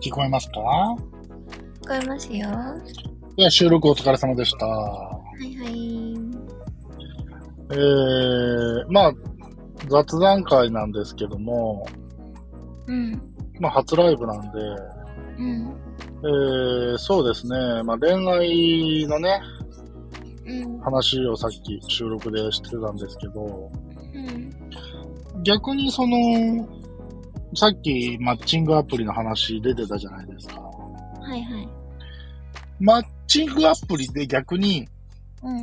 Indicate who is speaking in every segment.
Speaker 1: 聞こえますか
Speaker 2: 聞こえますよ。は
Speaker 1: では収録お疲れ様でした。
Speaker 2: いはい。
Speaker 1: えー、まあ、雑談会なんですけども、
Speaker 2: うん。
Speaker 1: まあ、初ライブなんで、
Speaker 2: うん。
Speaker 1: えー、そうですね、まあ、恋愛のね、
Speaker 2: うん。
Speaker 1: 話をさっき収録でしてたんですけど、
Speaker 2: うん。
Speaker 1: 逆にその、さっきマッチングアプリの話出てたじゃないですか。
Speaker 2: はいはい。
Speaker 1: マッチングアプリで逆に、
Speaker 2: うん。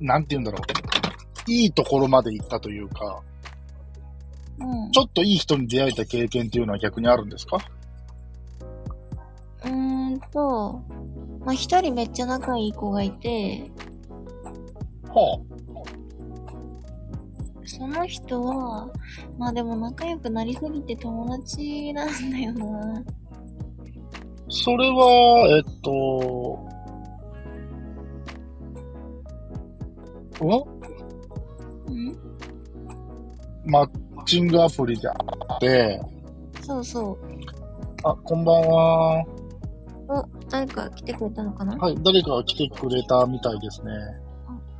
Speaker 1: なんて言うんだろう。いいところまで行ったというか、
Speaker 2: うん
Speaker 1: ちょっといい人に出会えた経験っていうのは逆にあるんですか
Speaker 2: うーんと、まあ、一人めっちゃ仲いい子がいて、
Speaker 1: は
Speaker 2: その人は、まあでも仲良くなりすぎて友達なんだよな。
Speaker 1: あ。それは、えっと、お
Speaker 2: うん
Speaker 1: マッチングアプリであって、
Speaker 2: そうそ
Speaker 1: あ、こんばんは。
Speaker 2: う。お、誰か来てくれたのかな
Speaker 1: はい、誰かが来てくれたみたいですね。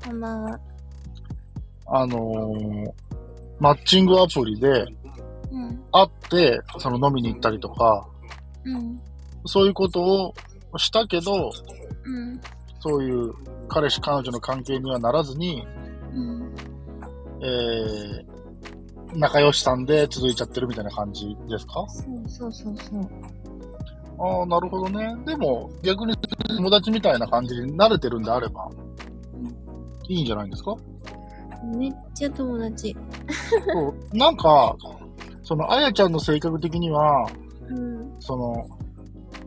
Speaker 2: こんばんは。
Speaker 1: あのーマッチングアプリで
Speaker 2: うん。
Speaker 1: 会って、その飲みに行ったりとか、
Speaker 2: うん。
Speaker 1: そういうことをしたけど、
Speaker 2: うん。
Speaker 1: そういう彼氏彼女の関係にはならずに、
Speaker 2: うん。
Speaker 1: えー、仲良しさんで続いちゃってるみたいな感じですか
Speaker 2: そうそうそうそう。
Speaker 1: ああ、なるほどね。でも、逆に友達みたいな感じに慣れてるんであれば
Speaker 2: ん、
Speaker 1: いいんじゃないんですか
Speaker 2: めっちゃ友達。
Speaker 1: そうなんか、その、あやちゃんの性格的には、
Speaker 2: うん。うん。
Speaker 1: その、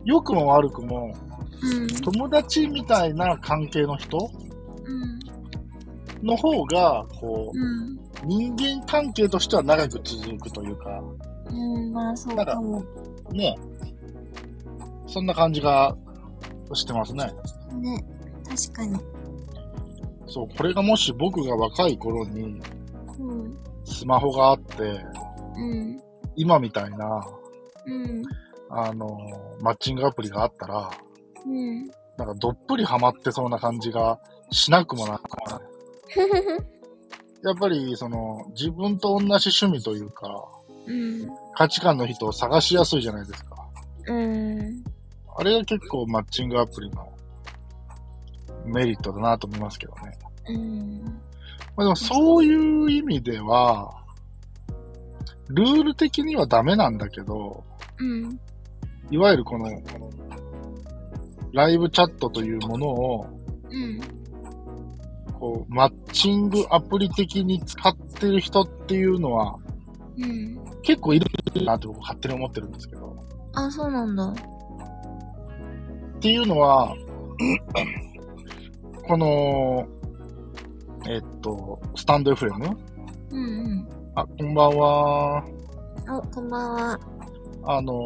Speaker 1: 良くも悪くも、友達みたいな関係の人
Speaker 2: うん。
Speaker 1: の方が、こう、
Speaker 2: うん。
Speaker 1: 人間関係としては長く続くというか、
Speaker 2: うん、まあそうかも。
Speaker 1: ね、そんな感じがしてますね。
Speaker 2: ね。確かに。
Speaker 1: そう、これがもし僕が若い頃に
Speaker 2: うん。
Speaker 1: スマホがあって、
Speaker 2: うん。
Speaker 1: 今みたいな、
Speaker 2: うん。
Speaker 1: あのーマッチングアプリがあったら、
Speaker 2: うん。
Speaker 1: なんかどっぷりハマってそうな感じがしなくもなくもないやっぱり、その、自分と同じ趣味というか、
Speaker 2: うん。
Speaker 1: 価値観の人を探しやすいじゃないですか。
Speaker 2: うん。
Speaker 1: あれが結構マッチングアプリのメリットだなと思いますけどね。
Speaker 2: うん。
Speaker 1: まあ、でもそういう意味では、ルール的にはダメなんだけど、
Speaker 2: うん。
Speaker 1: いわゆるこの、ライブチャットというものを、
Speaker 2: うん。
Speaker 1: こう、マッチングアプリ的に使ってる人っていうのは、
Speaker 2: うん。
Speaker 1: 結構いるなって僕勝手に思ってるんですけど。
Speaker 2: あ、そうなんだ。
Speaker 1: っていうのは、 この、えっと、スタンド FM?
Speaker 2: うん
Speaker 1: あ、こんばんは。
Speaker 2: うん。お、こんばんは。
Speaker 1: あのー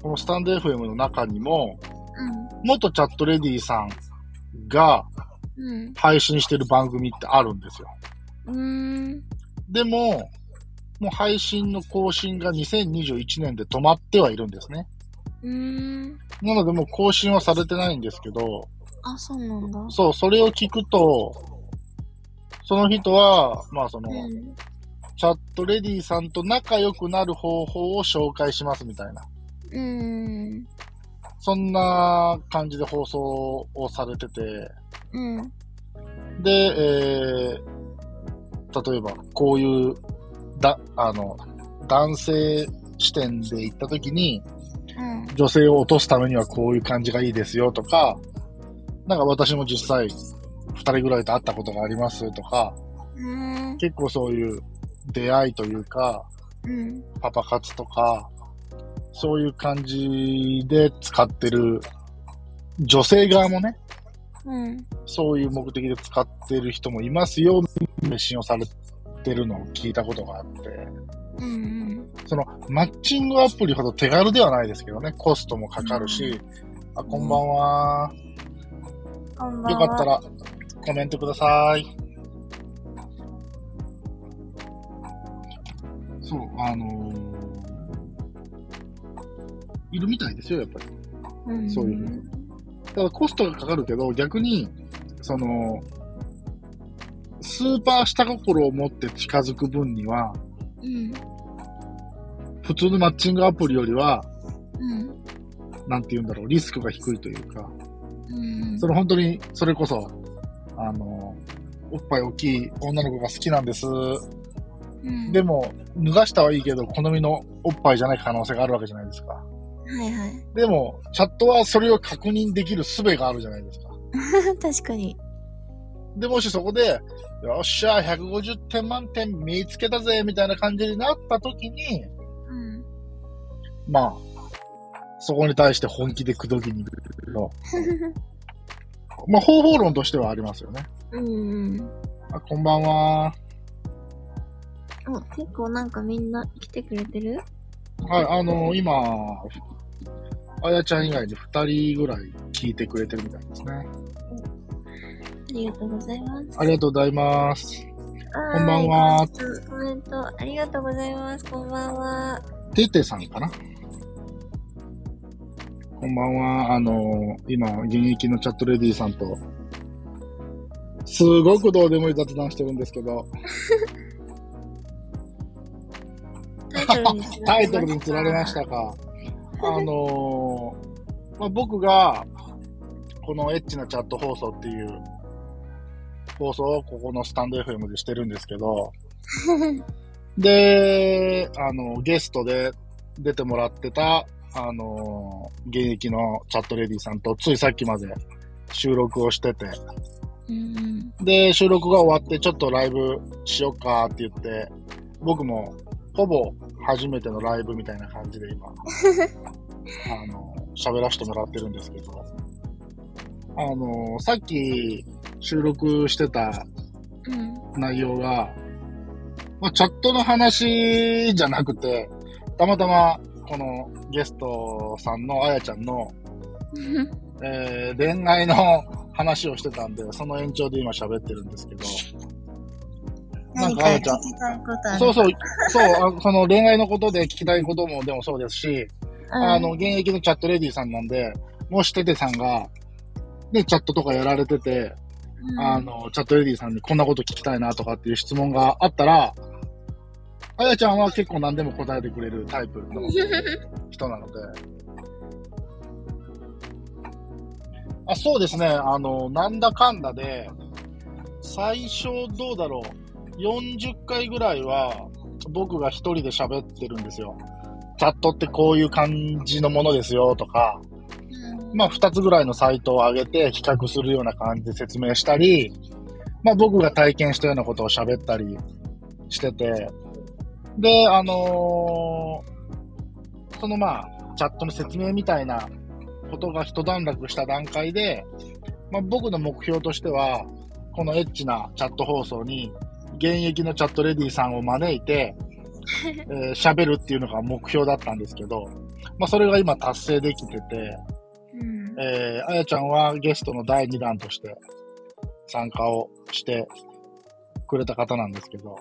Speaker 1: このスタンド FM の中にも、
Speaker 2: うん。
Speaker 1: 元チャットレディさんが
Speaker 2: うん。
Speaker 1: 配信してる番組ってあるんですよ。
Speaker 2: うーん。
Speaker 1: でも、もう配信の更新が2021年で止まってはいるんですね。
Speaker 2: うーん。
Speaker 1: なのでもう更新はされてないんですけど、
Speaker 2: あ、そうなんだ。
Speaker 1: そう、それを聞くと、その人は、まあその、
Speaker 2: うん。
Speaker 1: チャットレディさんと仲良くなる方法を紹介しますみたいな、
Speaker 2: うん。
Speaker 1: そんな感じで放送をされてて、
Speaker 2: うん。
Speaker 1: で、えー、例えば、こういう、だ、あの、男性視点で行った時に、
Speaker 2: うん。
Speaker 1: 女性を落とすためにはこういう感じがいいですよとか、なんか私も実際、二人ぐらいと会ったことがありますとか、
Speaker 2: うん。
Speaker 1: 結構そういう出会いというか、
Speaker 2: うん。
Speaker 1: パパ活とか、そういう感じで使ってる、女性側もね、
Speaker 2: うん。
Speaker 1: そういう目的で使ってる人もいますよ、配信をされてるのを聞いたことがあって、
Speaker 2: うん。
Speaker 1: そのマッチングアプリほど手軽ではないですけどね、コストもかかるし、あ、こんばんは。
Speaker 2: こんばんは。
Speaker 1: よかったらコメントください。そう、あのーいるみたいですよ、やっぱり。
Speaker 2: うん
Speaker 1: そういうふうにだからコストがかかるけど、逆に、その、スーパー下心を持って近づく分には、
Speaker 2: うん。
Speaker 1: 普通のマッチングアプリよりは、
Speaker 2: うん。
Speaker 1: なんて言うんだろう、リスクが低いというか、
Speaker 2: うん。
Speaker 1: その本当に、それこそ、あの、おっぱい大きい女の子が好きなんです。
Speaker 2: うん
Speaker 1: でも、脱がしたはいいけど、好みのおっぱいじゃない可能性があるわけじゃないですか。
Speaker 2: はいはい。
Speaker 1: でも、チャットはそれを確認できる術があるじゃないですか。
Speaker 2: 確かに。
Speaker 1: で、もしそこで、よっしゃ、150点満点見つけたぜ、みたいな感じになった時に、
Speaker 2: うん。
Speaker 1: まあ、そこに対して本気で口説きに行くけど、まあ、方法論としてはありますよね。
Speaker 2: うんうん。
Speaker 1: あ、こんばんは。
Speaker 2: お、結構なんかみんな来てくれてる
Speaker 1: はい、あの今、あやちゃん以外で2人ぐらい聞いてくれてるみたいですね。
Speaker 2: ありがとうございます。
Speaker 1: ありがとうございます。
Speaker 2: あ
Speaker 1: こんばんは。
Speaker 2: コメント、ありがとうございます。こんば んは。
Speaker 1: ててさんかなこんばんは。あの今、現役のチャットレディさんと、すごくどうでもいい雑談してるんですけど、
Speaker 2: タイトルに釣ら
Speaker 1: タ
Speaker 2: れま
Speaker 1: イトルに釣られま
Speaker 2: した
Speaker 1: し。たか。あのーまあ、僕が、このエッチなチャット放送っていう放送をここのスタンド FM でしてるんですけど、で、あの、ゲストで出てもらってた、あのー現役のチャットレディさんとついさっきまで収録をしてて、
Speaker 2: うん。
Speaker 1: で、収録が終わって、ちょっとライブしよっかって言って、僕もほぼ初めてのライブみたいな感じで今、あの、喋らせてもらってるんですけど、あの、さっき収録してた
Speaker 2: うん。
Speaker 1: 内容が、まあ、チャットの話じゃなくて、たまたまこのゲストさんのあやちゃんの、えー恋愛の話をしてたんで、その延長で今喋ってるんですけど、なん
Speaker 2: 何
Speaker 1: か
Speaker 2: か
Speaker 1: あや
Speaker 2: 聞き
Speaker 1: ちゃん
Speaker 2: たいことある
Speaker 1: そうそう、そう、あその恋愛のことで聞きたいこともでもそうですし、
Speaker 2: うん
Speaker 1: あの、現役のチャットレディさんなんで、もしテテさんが、ね、チャットとかやられてて、
Speaker 2: うん
Speaker 1: あの、チャットレディさんにこんなこと聞きたいなとかっていう質問があったら、あやちゃんは結構何でも答えてくれるタイプの人なので。あそうですね、あの、なんだかんだで、最初どうだろう、40回ぐらいは僕が一人で喋ってるんですよ。チャットってこういう感じのものですよとか、まあ2つぐらいのサイトを上げて比較するような感じで説明したり、まあ僕が体験したようなことを喋ったりしてて、で、あのーそのまあチャットの説明みたいなことが一段落した段階で、まあ僕の目標としては、このエッチなチャット放送に現役のチャットレディさんを招いて、えー喋るっていうのが目標だったんですけど、まあそれが今達成できてて、
Speaker 2: うん
Speaker 1: えーあやちゃんはゲストの第2弾として参加をしてくれた方なんですけど、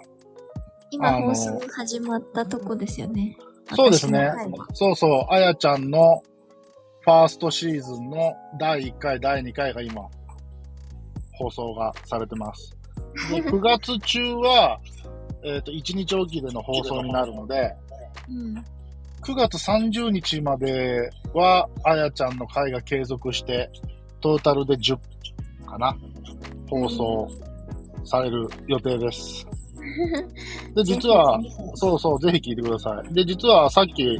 Speaker 2: 今
Speaker 1: あの
Speaker 2: 放送始まったとこですよね。
Speaker 1: そうですね
Speaker 2: 私の回は。
Speaker 1: そうそう、あやちゃんのファーストシーズンの第1回、第2回が今、放送がされてます。 で9月中は、えっ、と、1日おきでの放送になるので、
Speaker 2: うん。
Speaker 1: 9月30日までは、あやちゃんの回が継続して、トータルで10かな、放送される予定です。で、実は、そうそう、ぜひ聞いてください。で、実はさっき、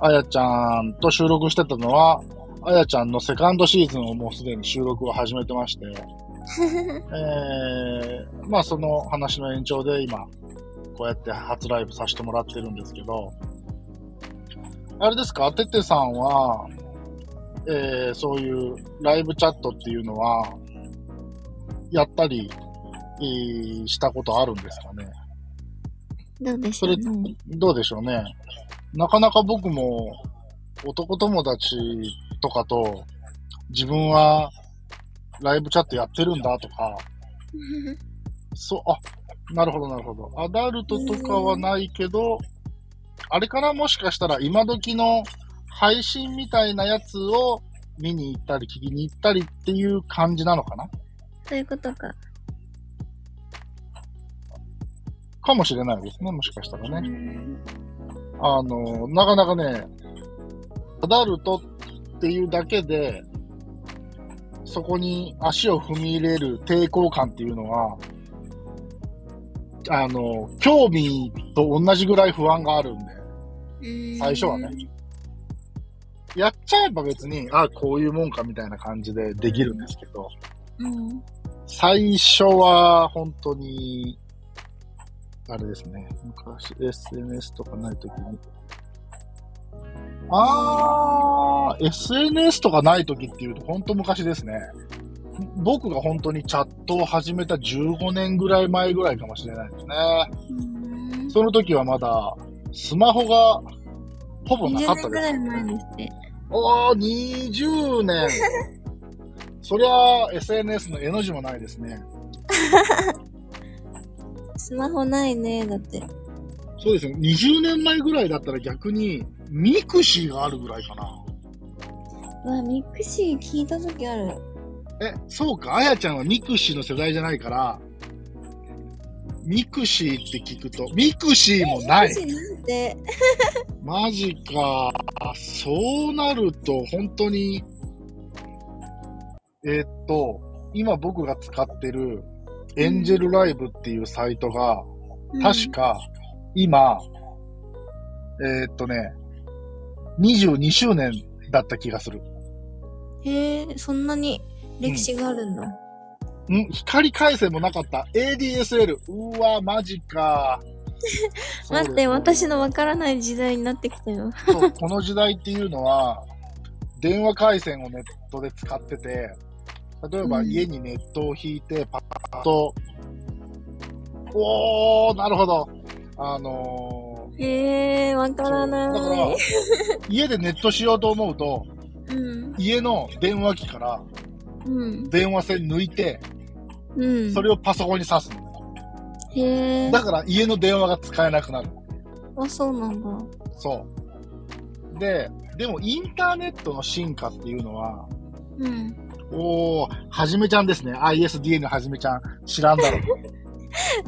Speaker 1: あやちゃんと収録してたのは、あやちゃんのセカンドシーズンをもうすでに収録を始めてまして、えー、まあその話の延長で今、こうやって初ライブさせてもらってるんですけど、あれですか、てってさんは、えー、そういうライブチャットっていうのは、やったり、えーしたことあるんですかね
Speaker 2: どうでしょうね。
Speaker 1: どうでしょうね。なかなか僕も男友達とかと自分はライブチャットやってるんだとか、そう、あ、なるほどなるほど。アダルトとかはないけど、あれかなもしかしたら今時の配信みたいなやつを見に行ったり聞きに行ったりっていう感じなのかな
Speaker 2: そういうことか。
Speaker 1: かもしれないですね、もしかしたらね。
Speaker 2: うん
Speaker 1: あの、なかなかね、アダルトっていうだけで、そこに足を踏み入れる抵抗感っていうのは、あの、興味と同じぐらい不安があるんで、最初はね。やっちゃえば別に、あこういうもんかみたいな感じでできるんですけど、
Speaker 2: うん。
Speaker 1: 最初は本当に、あれですね、昔 SNS とかないときに。あー、SNS とかないときっていうと本当昔ですね。僕が本当にチャットを始めた15年ぐらい前ぐらいかもしれないですね。
Speaker 2: うん
Speaker 1: その時はまだスマホがほぼなか
Speaker 2: 20
Speaker 1: っ
Speaker 2: 年
Speaker 1: た
Speaker 2: ぐ
Speaker 1: で
Speaker 2: ら
Speaker 1: す
Speaker 2: い。前ですって。
Speaker 1: おー、20年。 そりゃ SNS の絵の字もないですね。
Speaker 2: スマホないね、だって。
Speaker 1: そうですね。20年前ぐらいだったら逆に、ミクシーがあるぐらいかな。
Speaker 2: うわ、ミクシー聞いた時ある。
Speaker 1: え、そうか。あやちゃんはミクシーの世代じゃないから、ミクシーって聞くと、ミクシーもな
Speaker 2: ミ
Speaker 1: い。
Speaker 2: クシーなんて。
Speaker 1: マジか。そうなると、本当に、えーっと、今僕が使ってる、エンジェルライブっていうサイトが、確か、今、えーっとね、22周年だった気がする。
Speaker 2: うん。へえ、そんなに歴史があるんだ。
Speaker 1: ん光回線もなかった。ADSL。うわ、マジ か。
Speaker 2: 待
Speaker 1: そ
Speaker 2: って、
Speaker 1: うです
Speaker 2: 私のわからない時代になってきたよ。
Speaker 1: そうこの時代っていうのは、電話回線をネットで使ってて、例えば
Speaker 2: うん
Speaker 1: 家にネットを引いて、パッと、おー、なるほど。あの
Speaker 2: へえ、わ
Speaker 1: ー、
Speaker 2: からな
Speaker 1: そうだから
Speaker 2: い。、
Speaker 1: 家でネットしようと思うと、
Speaker 2: うん。
Speaker 1: 家の電話機から
Speaker 2: うん。
Speaker 1: 電話線抜いて、
Speaker 2: うん。
Speaker 1: それをパソコンに挿すの。
Speaker 2: へえ。
Speaker 1: だから家の電話が使えなくなる。
Speaker 2: あ、そうなんだ。
Speaker 1: そう。で、でもインターネットの進化っていうのは、
Speaker 2: うん。
Speaker 1: おー、はじめちゃんですね。ISDN はじめちゃん。知らん だろう。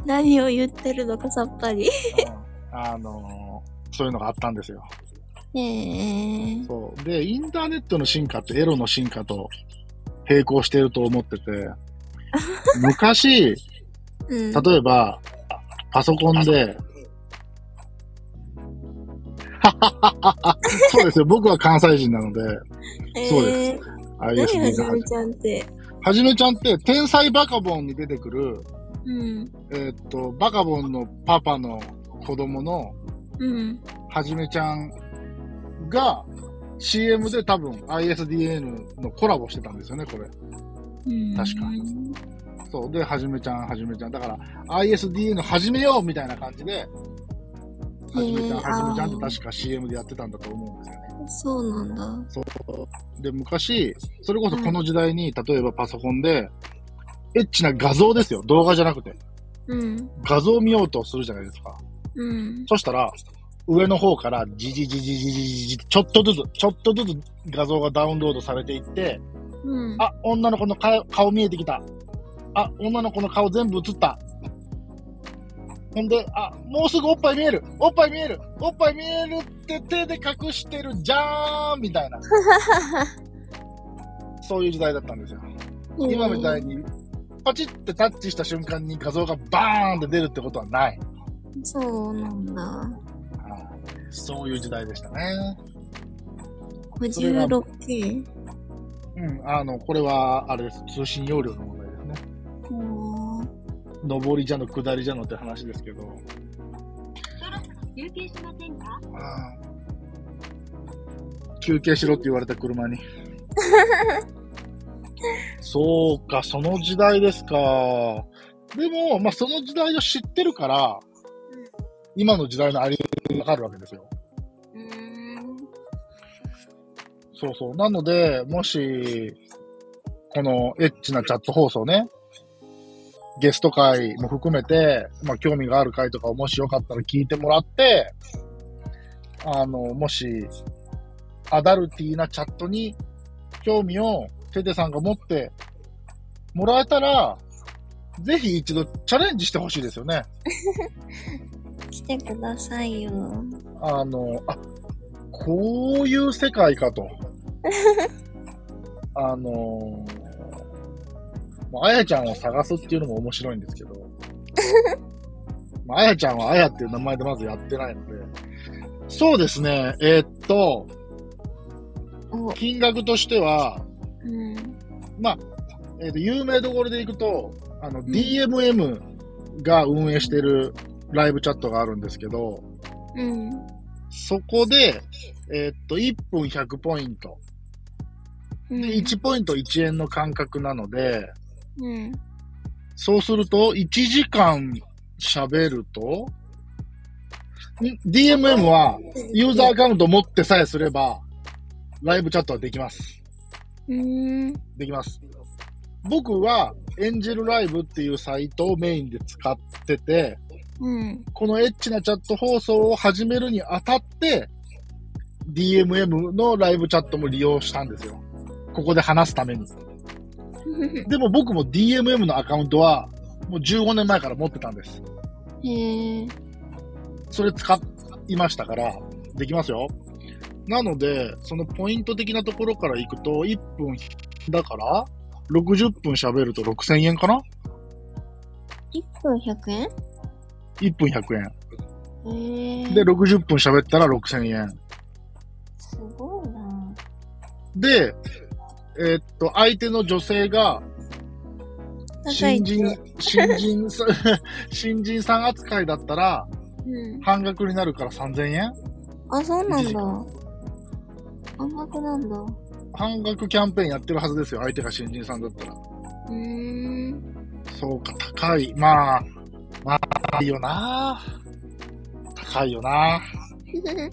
Speaker 2: 何を言ってるのかさっぱり。
Speaker 1: うんあのーそういうのがあったんですよ。
Speaker 2: へえ。
Speaker 1: そう。で、インターネットの進化ってエロの進化と並行してると思って て、昔、
Speaker 2: うん。
Speaker 1: 例えば、パソコンで、そうですよ。僕は関西人なので、
Speaker 2: え
Speaker 1: そうで
Speaker 2: 何
Speaker 1: ISDN
Speaker 2: はじ
Speaker 1: はじ
Speaker 2: めちゃんって。
Speaker 1: はじめちゃんって、天才バカボンに出てくる、
Speaker 2: うん。
Speaker 1: えーっと、バカボンのパパの子供の
Speaker 2: うん。
Speaker 1: はじめちゃんが、CM で多分 ISDN のコラボしてたんですよね、これ。
Speaker 2: うん。
Speaker 1: 確かそう。で、はじめちゃん、はじめちゃん。だから、ISDN 始めようみたいな感じで、はじめちゃん、
Speaker 2: へー
Speaker 1: はじめちゃんって確か CM でやってたんだと思うんですよね。
Speaker 2: そうなんだ。
Speaker 1: で、昔、それこそこの時代に、例えばパソコンで、エッチな画像ですよ。動画じゃなくて。
Speaker 2: うん。
Speaker 1: 画像を見ようとするじゃないですか。
Speaker 2: うん。
Speaker 1: そしたら、上の方から、じじじじじじじ、ちょっとずつ、ちょっとずつ画像がダウンロードされていって、
Speaker 2: うん。
Speaker 1: あ、女の子の顔顔見えてきた。あ、女の子の顔全部映った。ほんで、あ、もうすぐおっぱい見えるおっぱい見えるおっぱい見えるって手で隠してるじゃーんみたいな。そういう時代だったんですよ。今みたい
Speaker 2: に。
Speaker 1: に、パチってタッチした瞬間に画像がバーンって出るってことはない。
Speaker 2: そうなんだ。
Speaker 1: そういう時代でしたね。
Speaker 2: 56K。
Speaker 1: うん、あの、これは、あれです。通信容量の問題ですね。
Speaker 2: おー
Speaker 1: 上りじゃの、下りじゃのって話ですけど。
Speaker 3: 休憩しませんか
Speaker 1: うん休憩しろって言われた車に。そうか、その時代ですか。でも、まあ、その時代を知ってるから、今の時代のありがわかるわけですよ。
Speaker 2: うーん。
Speaker 1: そうそう。なので、もし、このエッチなチャット放送ね、ゲスト会も含めて、まあ、興味がある回とかをもしよかったら聞いてもらって、あの、もし、アダルティーなチャットに興味をテテさんが持ってもらえたら、ぜひ一度チャレンジしてほしいですよね。
Speaker 2: 来てくださいよ。
Speaker 1: あの、あ、こういう世界かと。あのまああやちゃんを探すっていうのも面白いんですけど、まああやちゃんはあやっていう名前でまずやってないので、そうですね、えーっと、
Speaker 2: お、
Speaker 1: 金額としては、
Speaker 2: うん。
Speaker 1: まあ、えーと、有名どころでいくと、あの、DMM が運営してるライブチャットがあるんですけど、
Speaker 2: うん。
Speaker 1: そこで、えーっと、1分100ポイント。
Speaker 2: うん
Speaker 1: で、1ポイント1円の感覚なので、
Speaker 2: うん。
Speaker 1: そうすると、1時間喋ると、ん DMM は、ユーザーアカウント持ってさえすれば、ライブチャットはできます。
Speaker 2: うーん。
Speaker 1: できます。僕は、エンジェルライブっていうサイトをメインで使ってて、
Speaker 2: うん。
Speaker 1: このエッチなチャット放送を始めるにあたって、DMM のライブチャットも利用したんですよ。ここで話すために。でも僕も DMM のアカウントは、もう15年前から持ってたんです。
Speaker 2: へえ。
Speaker 1: それ使いましたから、できますよ。なので、そのポイント的なところからいくと、1分だから、60分喋ると6000円かな
Speaker 2: 1分100円
Speaker 1: ?1 分100円。
Speaker 2: へえ。
Speaker 1: で、60分喋ったら6000円。
Speaker 2: すごいな。
Speaker 1: で、えーっと、相手の女性が、
Speaker 2: 高い
Speaker 1: 新人、新人さん、 新人さん扱いだったら、
Speaker 2: うん。
Speaker 1: 半額になるから3000円
Speaker 2: あ、そうなんだ。半額なんだ。う
Speaker 1: 半額キャンペーンやってるはずですよ、相手が新人さんだったら。
Speaker 2: ーん。
Speaker 1: そうか、高い。まあ、まあ、高いよな。高いよな。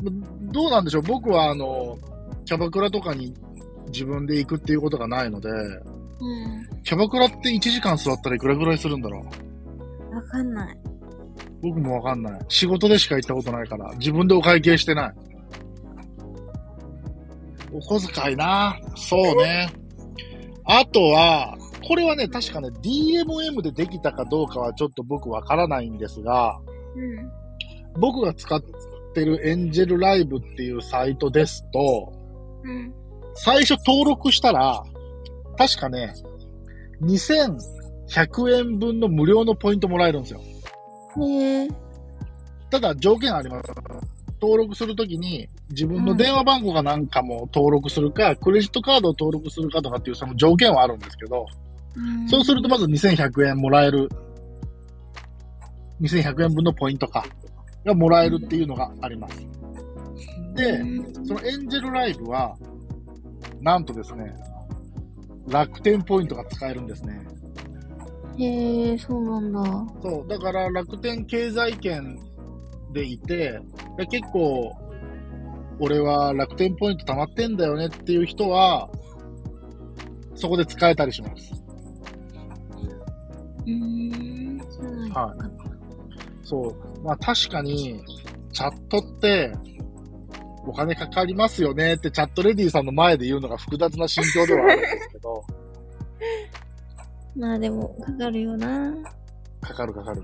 Speaker 1: どうなんでしょう僕は、あの、キャバクラとかに自分で行くっていうことがないので、
Speaker 2: うん。
Speaker 1: キャバクラって1時間座ったらいくらぐらいするんだろう
Speaker 2: わかんない。
Speaker 1: 僕もわかんない。仕事でしか行ったことないから、自分でお会計してない。お小遣いな。そうね。あとは、これはね、確かね、DMM でできたかどうかはちょっと僕わからないんですが、
Speaker 2: うん。
Speaker 1: 僕が使ってるエンジェルライブっていうサイトですと、
Speaker 2: うん。
Speaker 1: 最初登録したら、確かね、2100円分の無料のポイントもらえるんですよ。
Speaker 2: へえ。
Speaker 1: ただ条件あります。登録するときに自分の電話番号が何かも登録するか、クレジットカードを登録するかとかっていうその条件はあるんですけど、
Speaker 2: うん
Speaker 1: そうするとまず2100円もらえる。2100円分のポイントか。がもらえるっていうのがあります。で、そのエンジェルライブは、なんとですね、楽天ポイントが使えるんですね。
Speaker 2: へえ、そうなんだ。
Speaker 1: そう、だから楽天経済圏でいて、で結構、俺は楽天ポイント貯まってんだよねっていう人は、そこで使えたりします。
Speaker 2: うーん。そうなんだ
Speaker 1: はそう。まあ確かに、チャットって、お金かかりますよねってチャットレディさんの前で言うのが複雑な心境ではあるんですけど、
Speaker 2: まあでも、かかるよな。
Speaker 1: かかるかかる。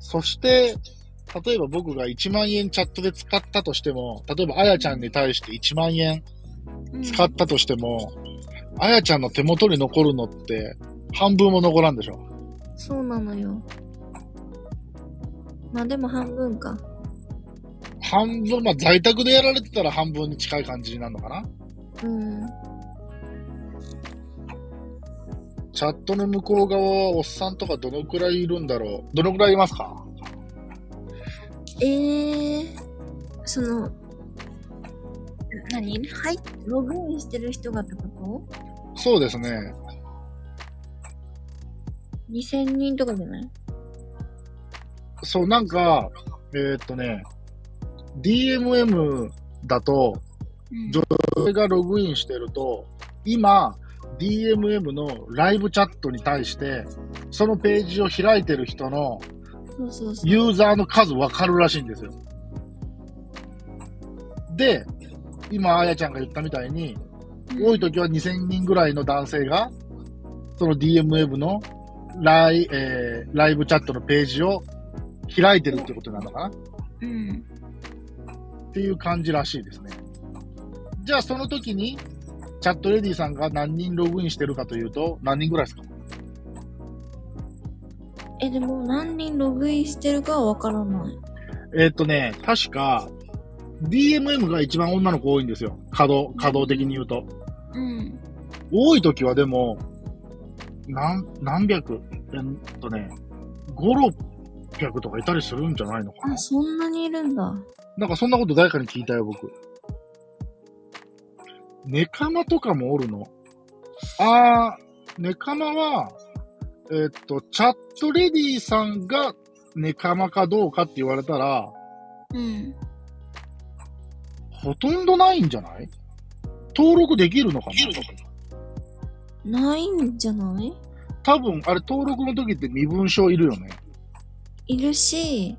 Speaker 1: そして、例えば僕が1万円チャットで使ったとしても、例えばあやちゃんに対して1万円使
Speaker 2: っ
Speaker 1: ったとしても、あやちゃんの手元に残るのって、半分も残らんでしょ。
Speaker 2: そうなのよ。まあでも半分か。
Speaker 1: 半分、まあ、在宅でやられてたら半分に近い感じになるのかな。
Speaker 2: うん。
Speaker 1: チャットの向こう側はおっさんとかどのくらいいるんだろう。どのくらいいますか
Speaker 2: ええその、何はい、ログインしてる人がってこ
Speaker 1: そうですね。
Speaker 2: と ?2000 人とかじゃない
Speaker 1: そう、なんか、えーっとね、DMM だと、
Speaker 2: うん
Speaker 1: 女性がログインしてると、今、DMM のライブチャットに対して、そのページを開いてる人の
Speaker 2: そうそうそう。
Speaker 1: ユーザーの数分かるらしいんですよ。で、今、あやちゃんが言ったみたいに、
Speaker 2: うん
Speaker 1: 多い時は2000人ぐらいの男性が、その DM ウェブのライ,、えーライブチャットのページを開いてるってことなのかな
Speaker 2: うん。
Speaker 1: っていう感じらしいですね。じゃあ、その時に、チャットレディさんが何人ログインしてるかというと、何人ぐらいですか
Speaker 2: え、でも何人ログインしてるかはわからない。
Speaker 1: えーっとね、確か、DMM が一番女の子多いんですよ。稼働、稼働的に言うと。
Speaker 2: うん。
Speaker 1: 多い時はでも、何、何百、えっとね、5、600とかいたりするんじゃないのかな
Speaker 2: あ、そんなにいるんだ。
Speaker 1: なんかそんなこと誰かに聞いたよ、僕。ネカマとかもおるのあー、ネカマは、えっと、チャットレディさんがネカマかどうかって言われたら、
Speaker 2: うん。
Speaker 1: ほとんどないんじゃない登録できるのかな
Speaker 2: ないんじゃない
Speaker 1: 多分、あれ登録の時って身分証いるよね。
Speaker 2: いるし、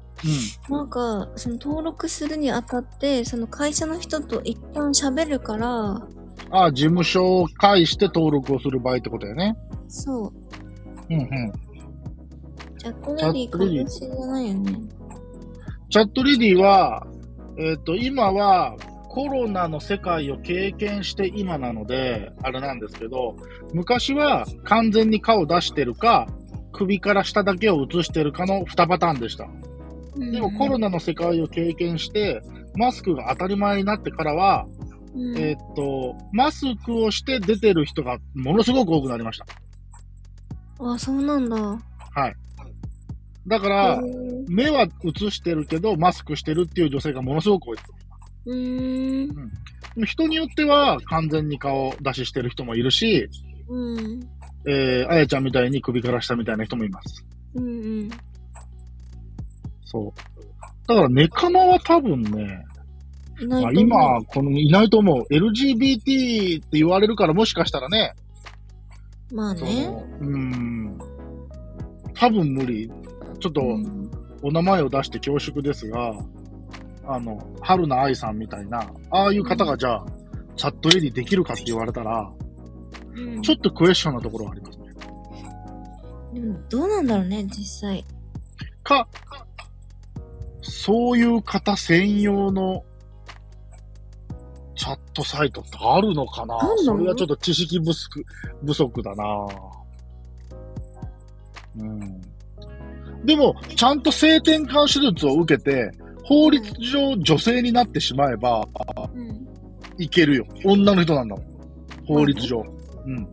Speaker 1: う
Speaker 2: なんか、その登録するにあたって、その会社の人と一旦喋るから、
Speaker 1: ん。ああ、事務所を介して登録をする場合ってことだよね。
Speaker 2: そう。
Speaker 1: うんうん。
Speaker 2: ジャックレディかもしれないよね。
Speaker 1: チャットレディは、えっ、と、今はコロナの世界を経験して今なので、あれなんですけど、昔は完全に顔出してるか、首から下だけを映してるかの2パターンでした。でもコロ
Speaker 2: ナ、
Speaker 1: ナの世界を経験して、マスクが当たり前になってからは、
Speaker 2: うん
Speaker 1: えーっと、マスクをして出てる人がものすごく多くなりました。
Speaker 2: あ、そうなんだ。
Speaker 1: だか
Speaker 2: へ
Speaker 1: ら、
Speaker 2: ー
Speaker 1: 目は映してるけど、マスクしてるっていう女性がものすごく多い。
Speaker 2: うーん。
Speaker 1: 人によっては完全に顔出ししてる人もいるし、
Speaker 2: うん。
Speaker 1: えー、あやちゃんみたいに首から下みたいな人もいます。
Speaker 2: うんうん。
Speaker 1: そう。だから、ネカマは多分ね、
Speaker 2: いな
Speaker 1: まあ、
Speaker 2: いと思う。
Speaker 1: 今、この、いないと思う。LGBT って言われるからもしかしたらね、
Speaker 2: まあ
Speaker 1: そ
Speaker 2: ね。
Speaker 1: のうーん、多分無理。ちょっと、
Speaker 2: うん
Speaker 1: お名前を出して恐縮ですが、あの、春菜愛さんみたいな、ああいう方がじゃあ、チャットレディできるかって言われたら、
Speaker 2: うん
Speaker 1: ちょっとクエスチョンなところはありますね。
Speaker 2: でもどうなんだろうね、実際。
Speaker 1: か、そういう方専用のチャットサイトってあるのかな
Speaker 2: あんの
Speaker 1: それはちょっと知識不足不足だなうん。でも、ちゃんと性転換手術を受けて、法律上女性になってしまえば、
Speaker 2: うん。
Speaker 1: いけるよ。女の人なんだもん。法律上。うん。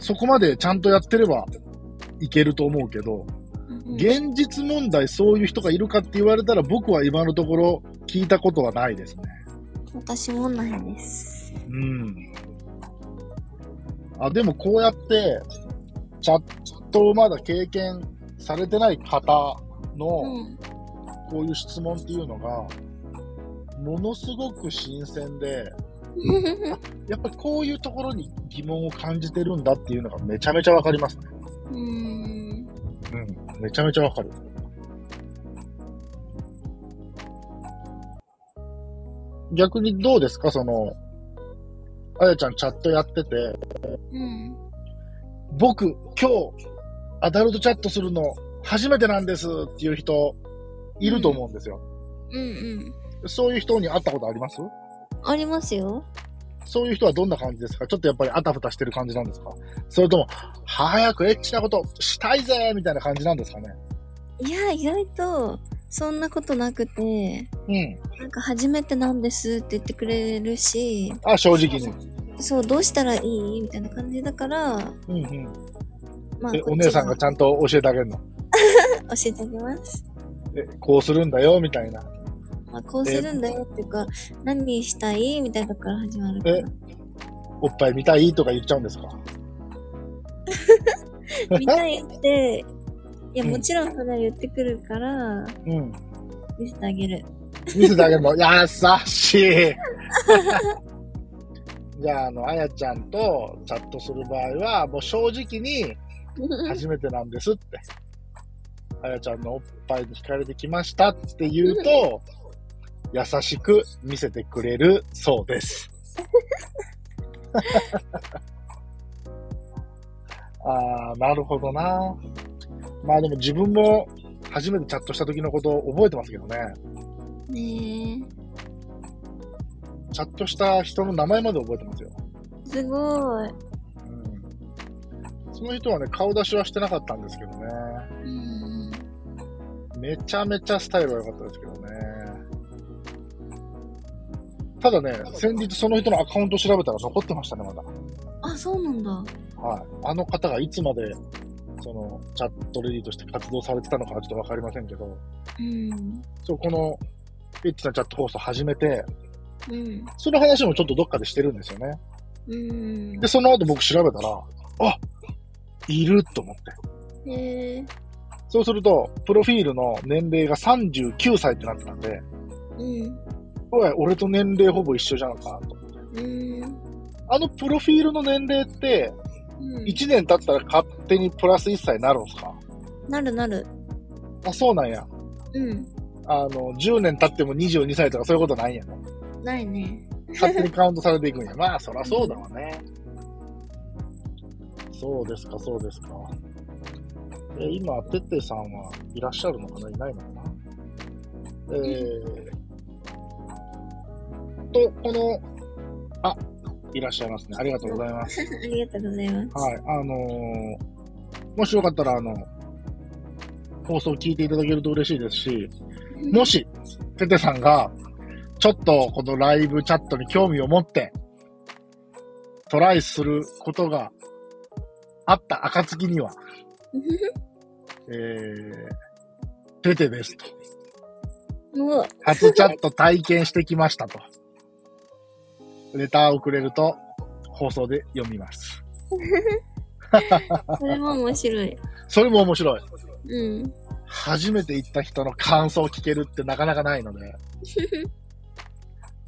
Speaker 1: そこまでちゃんとやってればいけると思うけど、
Speaker 2: うん
Speaker 1: 現実問題そういう人がいるかって言われたら僕は今のところ聞いたことはないですね。
Speaker 2: 私もないです。
Speaker 1: うん。あ、でもこうやって、チャットをまだ経験されてない方
Speaker 2: う
Speaker 1: の
Speaker 2: ん。
Speaker 1: こういう質問っていうのが、ものすごく新鮮 で、やっぱりこういうところに疑問を感じてるんだっていうのがめちゃめちゃわかりますね。
Speaker 2: うん。
Speaker 1: うん。めちゃめちゃわかる。逆にどうですかその、あやちゃんチャットやってて、
Speaker 2: うん。
Speaker 1: 僕、今日、アダルトチャットするの初めてなんですっていう人、いると思うんですよ。
Speaker 2: うんうん。
Speaker 1: そういう人に会ったことあります
Speaker 2: ありますよ。
Speaker 1: そういう人はどんな感じですかちょっとやっぱりあたふたしてる感じなんですかそれとも、早くエッチなことしたいぜみたいな感じなんですかね
Speaker 2: いや、意外と、そんなことなくて、
Speaker 1: うん。
Speaker 2: なんか初めてなんですって言ってくれるし、
Speaker 1: あ、正直に。
Speaker 2: そう、どうしたらいいみたいな感じだから、
Speaker 1: うんうん。
Speaker 2: まあ
Speaker 1: え、、お姉さんがちゃんと教えてあげるの。
Speaker 2: こっちが教えてあげます。
Speaker 1: え、こうするんだよ、みたいな。
Speaker 2: まあ、こうするんだよっていうか、何したいみたいなとこから始まるか
Speaker 1: おっぱい見たいとか言っちゃうんですか
Speaker 2: ら。見た いって、いや、
Speaker 1: うん
Speaker 2: もちろんそれは言ってくるから、
Speaker 1: うん。
Speaker 2: 見せてあげる。
Speaker 1: 見せてあげるの。優しい。じゃあ、あの、あやちゃんとチャットする場合は、もう正直に、初めてなんですって。あやちゃんのおっぱいに惹かれてきましたって言うと、優しく見せてくれるそう です。ああ、なるほどな。まあでも自分も初めてチャットした時のことを覚えてますけどね。
Speaker 2: ね
Speaker 1: チャットした人の名前まで覚えてますよ。
Speaker 2: え。すごい。
Speaker 1: うん。その人はね、顔出しはしてなかったんですけどね。
Speaker 2: うん。
Speaker 1: めちゃめちゃスタイルは良かったですけどね。ただね、先日その人のアカウント調べたら残ってましたね、まだ。
Speaker 2: あ、そうなんだ。
Speaker 1: はい。あの方がいつまで、その、チャットレディとして活動されてたのかはちょっとわかりませんけど、
Speaker 2: うん。
Speaker 1: そう、この、エッチなチャット放送始めて、
Speaker 2: うん。
Speaker 1: その話もちょっとどっかでしてるんですよね。
Speaker 2: うん
Speaker 1: で、。その後僕調べたら、あいると思って。
Speaker 2: へえ。
Speaker 1: そうすると、プロフィールの年齢が39歳ってなってたんで、
Speaker 2: うん。
Speaker 1: おい、俺と年齢ほぼ一緒じゃんか、と。
Speaker 2: うん。
Speaker 1: あのプロフィールの年齢って、
Speaker 2: うん
Speaker 1: 1年経ったら勝手にプラス1歳になるんすか
Speaker 2: なるなる。
Speaker 1: あ、そうなんや。
Speaker 2: うん。
Speaker 1: あの、10年経っても22歳とかそういうことないんやね。
Speaker 2: ないね。
Speaker 1: 勝手にカウントされていくんや。まあ、そらそうだわね。そうですか、そうですか。え、今、てってさんはいらっしゃるのかないないのかなえー、と、この、あ、いらっしゃいますね。ありがとうございます。
Speaker 2: ありがとうございます。
Speaker 1: はい、あのーもしよかったら、あの、放送聞いていただけると嬉しいですし、もし、ててさんが、ちょっとこのライブチャットに興味を持って、トライすることがあった暁には、えー、ててですと。
Speaker 2: うわ、
Speaker 1: 初チャット体験してきましたと。レターをくれると、放送で読みます。
Speaker 2: これも面白い。
Speaker 1: それも面白い。
Speaker 2: うん。
Speaker 1: 初めて行った人の感想を聞けるってなかなかないので、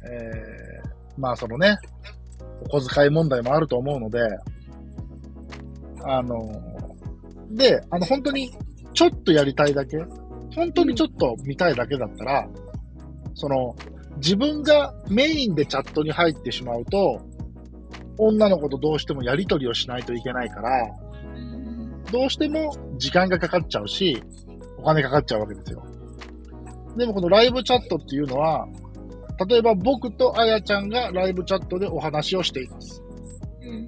Speaker 1: えー、まあそのね、お小遣い問題もあると思うので、あの、で、あの本当にちょっとやりたいだけ、本当にちょっと見たいだけだったら、その、自分がメインでチャットに入ってしまうと、女の子とどうしてもやりとりをしないといけないから、どうしても時間がかかっちゃうし、お金かかっちゃうわけですよ。でもこのライブチャットっていうのは、例えば僕とあやちゃんがライブチャットでお話をしています。
Speaker 2: うん。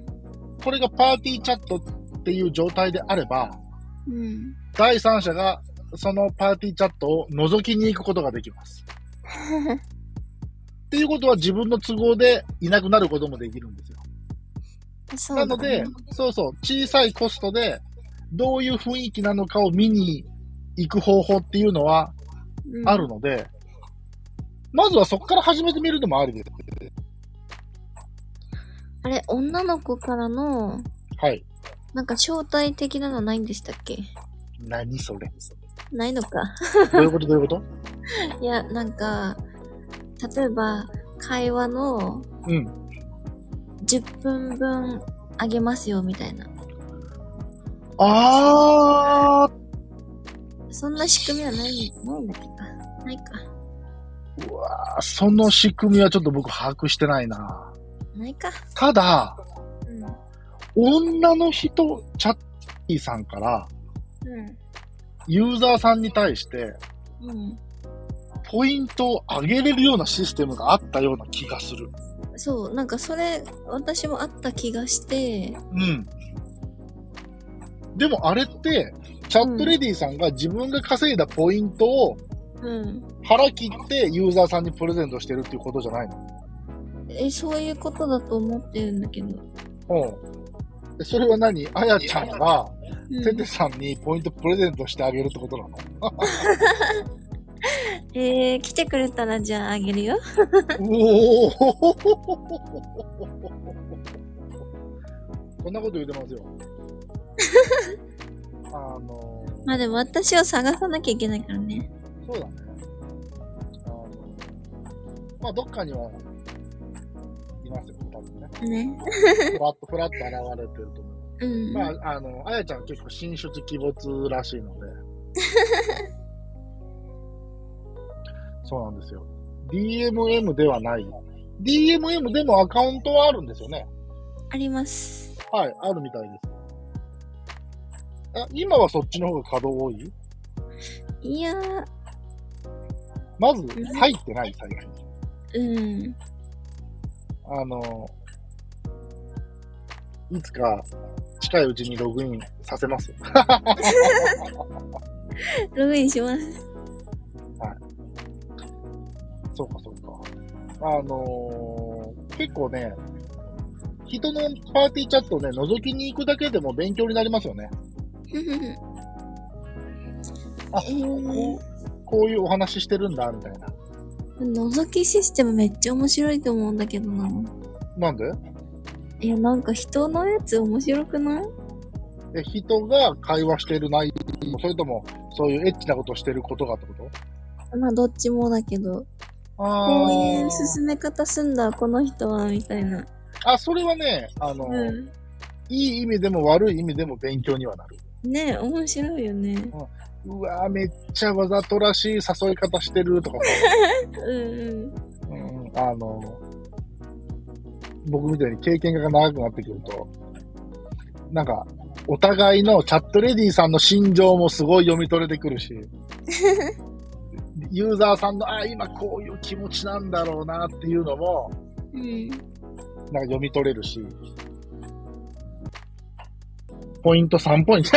Speaker 1: これがパーティーチャットっていう状態であれば、
Speaker 2: うん。
Speaker 1: 第三者がそのパーティーチャットを覗きに行くことができます。っていうことは自分の都合でいなくなることもできるんですよ。
Speaker 2: そう
Speaker 1: な
Speaker 2: だ
Speaker 1: ので
Speaker 2: ね、
Speaker 1: そうそう、小さいコストで、どういう雰囲気なのかを見に行く方法っていうのは
Speaker 2: うん
Speaker 1: あるので、まずはそこから始めてみるのもありです。
Speaker 2: あれ、女の子からの、
Speaker 1: はい。
Speaker 2: なんか招待的なのないんでしたっけ
Speaker 1: 何それ。
Speaker 2: ないのか。
Speaker 1: どういうことどういう こと
Speaker 2: いや、なんか、例えば、会話の
Speaker 1: うん。
Speaker 2: 10分分あげますよ、みたいな。
Speaker 1: あ
Speaker 2: そんな仕組みはない、ないんだっけか。ないか。
Speaker 1: ー、うわーその仕組みはちょっと僕把握してないな。
Speaker 2: ないか。
Speaker 1: ただ、
Speaker 2: うん。
Speaker 1: 女の人、チャッティさんから、
Speaker 2: う
Speaker 1: ユーザーさんに対して、
Speaker 2: ん。うん。
Speaker 1: ポイントを上げれるようなシステムがあったような気がする。
Speaker 2: そう、なんかそれ、私もあった気がして、
Speaker 1: うん。でもあれって、チャットレディさんが自分が稼いだポイントを
Speaker 2: うん。
Speaker 1: 腹切ってユーザーさんにプレゼントしてるっていうことじゃないの
Speaker 2: え、そういうことだと思ってるんだけど。
Speaker 1: うん。でそれは何あやちゃんが、
Speaker 2: うん
Speaker 1: ててさんにポイントプレゼントしてあげるってことなの
Speaker 2: えー、来てくれたらじゃああげるよ。
Speaker 1: おおこんなこと言うてますよ。あのー
Speaker 2: まあでも私を探さなきゃいけないからね。
Speaker 1: そうだね。あの、まあ、どっかには、いますよ、多分ね。
Speaker 2: ね。
Speaker 1: ふらっと、ふらっと現れてると思う。
Speaker 2: うん。
Speaker 1: まあ、あの、あやちゃん結構進出鬼没らしいので。そうなんですよ。 DMM ではない。DMM でもアカウントはあるんですよね。
Speaker 2: あります。
Speaker 1: はい、あるみたいです。あ今はそっちの方が稼働多い
Speaker 2: いやー、
Speaker 1: まず、入ってない、最近。
Speaker 2: うん。
Speaker 1: あの、いつか近いうちにログインさせます。
Speaker 2: ログインします。
Speaker 1: そうか、そうか。あのー結構ね、人のパーティーチャットをね、覗きに行くだけでも勉強になりますよね。
Speaker 2: ふふふ
Speaker 1: あ、
Speaker 2: えー
Speaker 1: こうこういうお話してるんだ、みたいな。
Speaker 2: 覗きシステムめっちゃ面白いと思うんだけどな。
Speaker 1: なんで
Speaker 2: いや、なんか人のやつ面白くない
Speaker 1: え、人が会話してる内容、それとも、そういうエッチなことをしてることがってこと
Speaker 2: まあ、どっちもだけど。こ
Speaker 1: あ
Speaker 2: ういう進め方すんだ、この人は、みたいな。
Speaker 1: あ、それはね、あの、
Speaker 2: うん。
Speaker 1: いい意味でも悪い意味でも勉強にはなる。
Speaker 2: ねえ、面白いよね。
Speaker 1: うわーめっちゃわざとらしい誘い方してるとかさ、
Speaker 2: うん
Speaker 1: うん、あの、僕みたいに経験が長くなってくると、なんか、お互いのチャットレディさんの心情もすごい読み取れてくるし、ユーザーさんの、あ、今こういう気持ちなんだろうなっていうのも、
Speaker 2: うん。うん。
Speaker 1: なんか読み取れるし、ポイント3ポイント。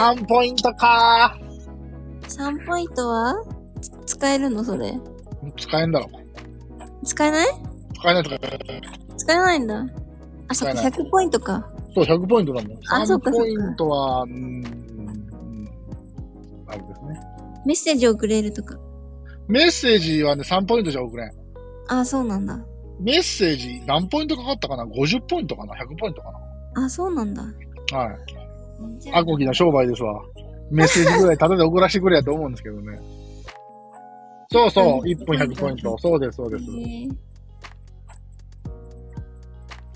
Speaker 1: 3ポイントか
Speaker 2: 3ポイントはつ使えるのそれ。
Speaker 1: ー使えんだろ。
Speaker 2: 使えない
Speaker 1: 使えないとか、
Speaker 2: 使えないんだ。あ、そっ
Speaker 1: 使
Speaker 2: か、
Speaker 1: えない
Speaker 2: 100ポイントか。
Speaker 1: そう、100ポイントなんだよ。
Speaker 2: あそうか
Speaker 1: 3ポイントは、うーん、うんあれですね。
Speaker 2: メッセージをくれるとか。
Speaker 1: メッセージはね、3ポイントじゃ送れん。
Speaker 2: あ、そうなんだ。
Speaker 1: メッセージ、何ポイントかかったかな ?50 ポイントかな ?100 ポイントか
Speaker 2: あ、そうなんだ。
Speaker 1: なはい。
Speaker 2: じゃあ
Speaker 1: アコギな商売ですわ。メッセージぐらいタダで送らせてくれやと思うんですけどね。そうそう、1分100ポイント。そうです、そうで
Speaker 2: へ
Speaker 1: す。
Speaker 2: ー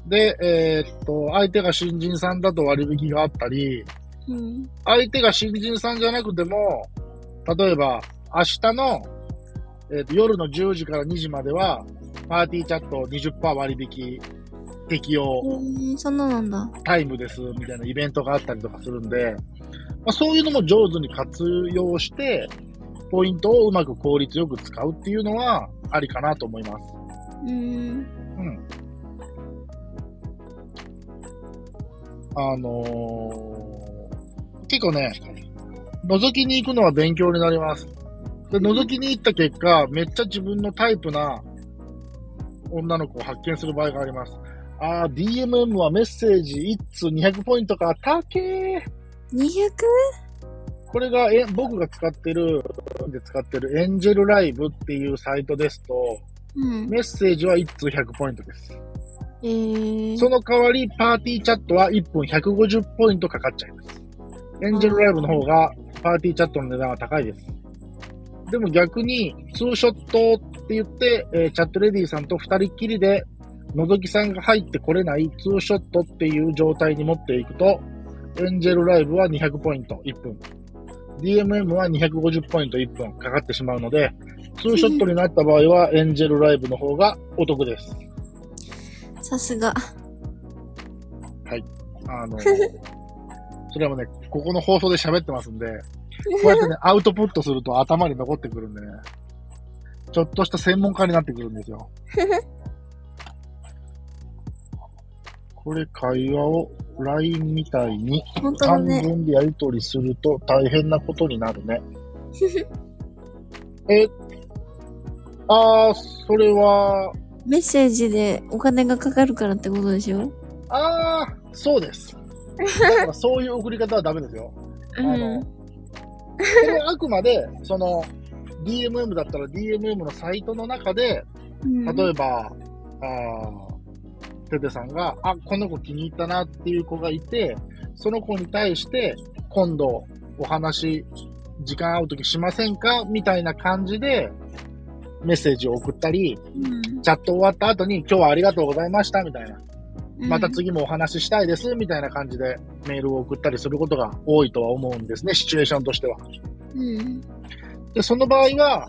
Speaker 1: で、えーっと、相手が新人さんだと割引があったり、
Speaker 2: うん。
Speaker 1: 相手が新人さんじゃなくても、例えば、明日の、えーと夜の10時から2時までは、パーティーチャット20%割引適用
Speaker 2: えー、そんななんだ。
Speaker 1: タイムです、みたいなイベントがあったりとかするんで、まあ、そういうのも上手に活用して、ポイントをうまく効率よく使うっていうのは、ありかなと思います。
Speaker 2: うーん。
Speaker 1: うん。あのー結構ね、覗きに行くのは勉強になります。で、覗きに行った結果、めっちゃ自分のタイプな女の子を発見する場合があります。あー、DMM はメッセージ1通200ポイントか、たけー
Speaker 2: 200?
Speaker 1: これが、え、僕が使ってる、で使ってるエンジェルライブっていうサイトですと、
Speaker 2: うん。
Speaker 1: メッセージは1通100ポイントです。
Speaker 2: えー、
Speaker 1: その代わり、パーティーチャットは1分150ポイントかかっちゃいます。エンジェルライブの方が、パーティーチャットの値段は高いです。でも逆に、ツーショットって言って、えーチャットレディさんと二人っきりで、のぞきさんが入ってこれないツーショットっていう状態に持っていくと、エンジェルライブは200ポイント1分。DMM は250ポイント1分かかってしまうので、ツーショットになった場合は、エンジェルライブの方がお得です。
Speaker 2: さすが。
Speaker 1: あの、それもね、ここの放送で喋ってますんで、こうやって ね、アウトプットすると頭に残ってくるんでね、ちょっとした専門家になってくるんです よ。これ会話を LINE みたいに
Speaker 2: 本当だ
Speaker 1: 単
Speaker 2: ね。
Speaker 1: 文でやり取りすると大変なことになる ね。え、あー、それは、
Speaker 2: メッセージでお金がかかるからってことでしょ
Speaker 1: あー、そう です。だからそういう送り方はダメですよ。
Speaker 2: う
Speaker 1: あの
Speaker 2: ん。
Speaker 1: これはあくまで、その、DMM だったら DMM のサイトの中で、
Speaker 2: うん
Speaker 1: 例えば、あーテテさんが、あ、この子気に入ったなっていう子がいて、その子に対して、今度お話、時間合うときしませんかみたいな感じで、メッセージを送ったり、
Speaker 2: うん
Speaker 1: チャット終わった後に、今日はありがとうございました、みたいな。
Speaker 2: うん
Speaker 1: また次もお話ししたいです、みたいな感じでメールを送ったりすることが多いとは思うんですね、シチュエーションとしては。
Speaker 2: うん。
Speaker 1: で、その場合は、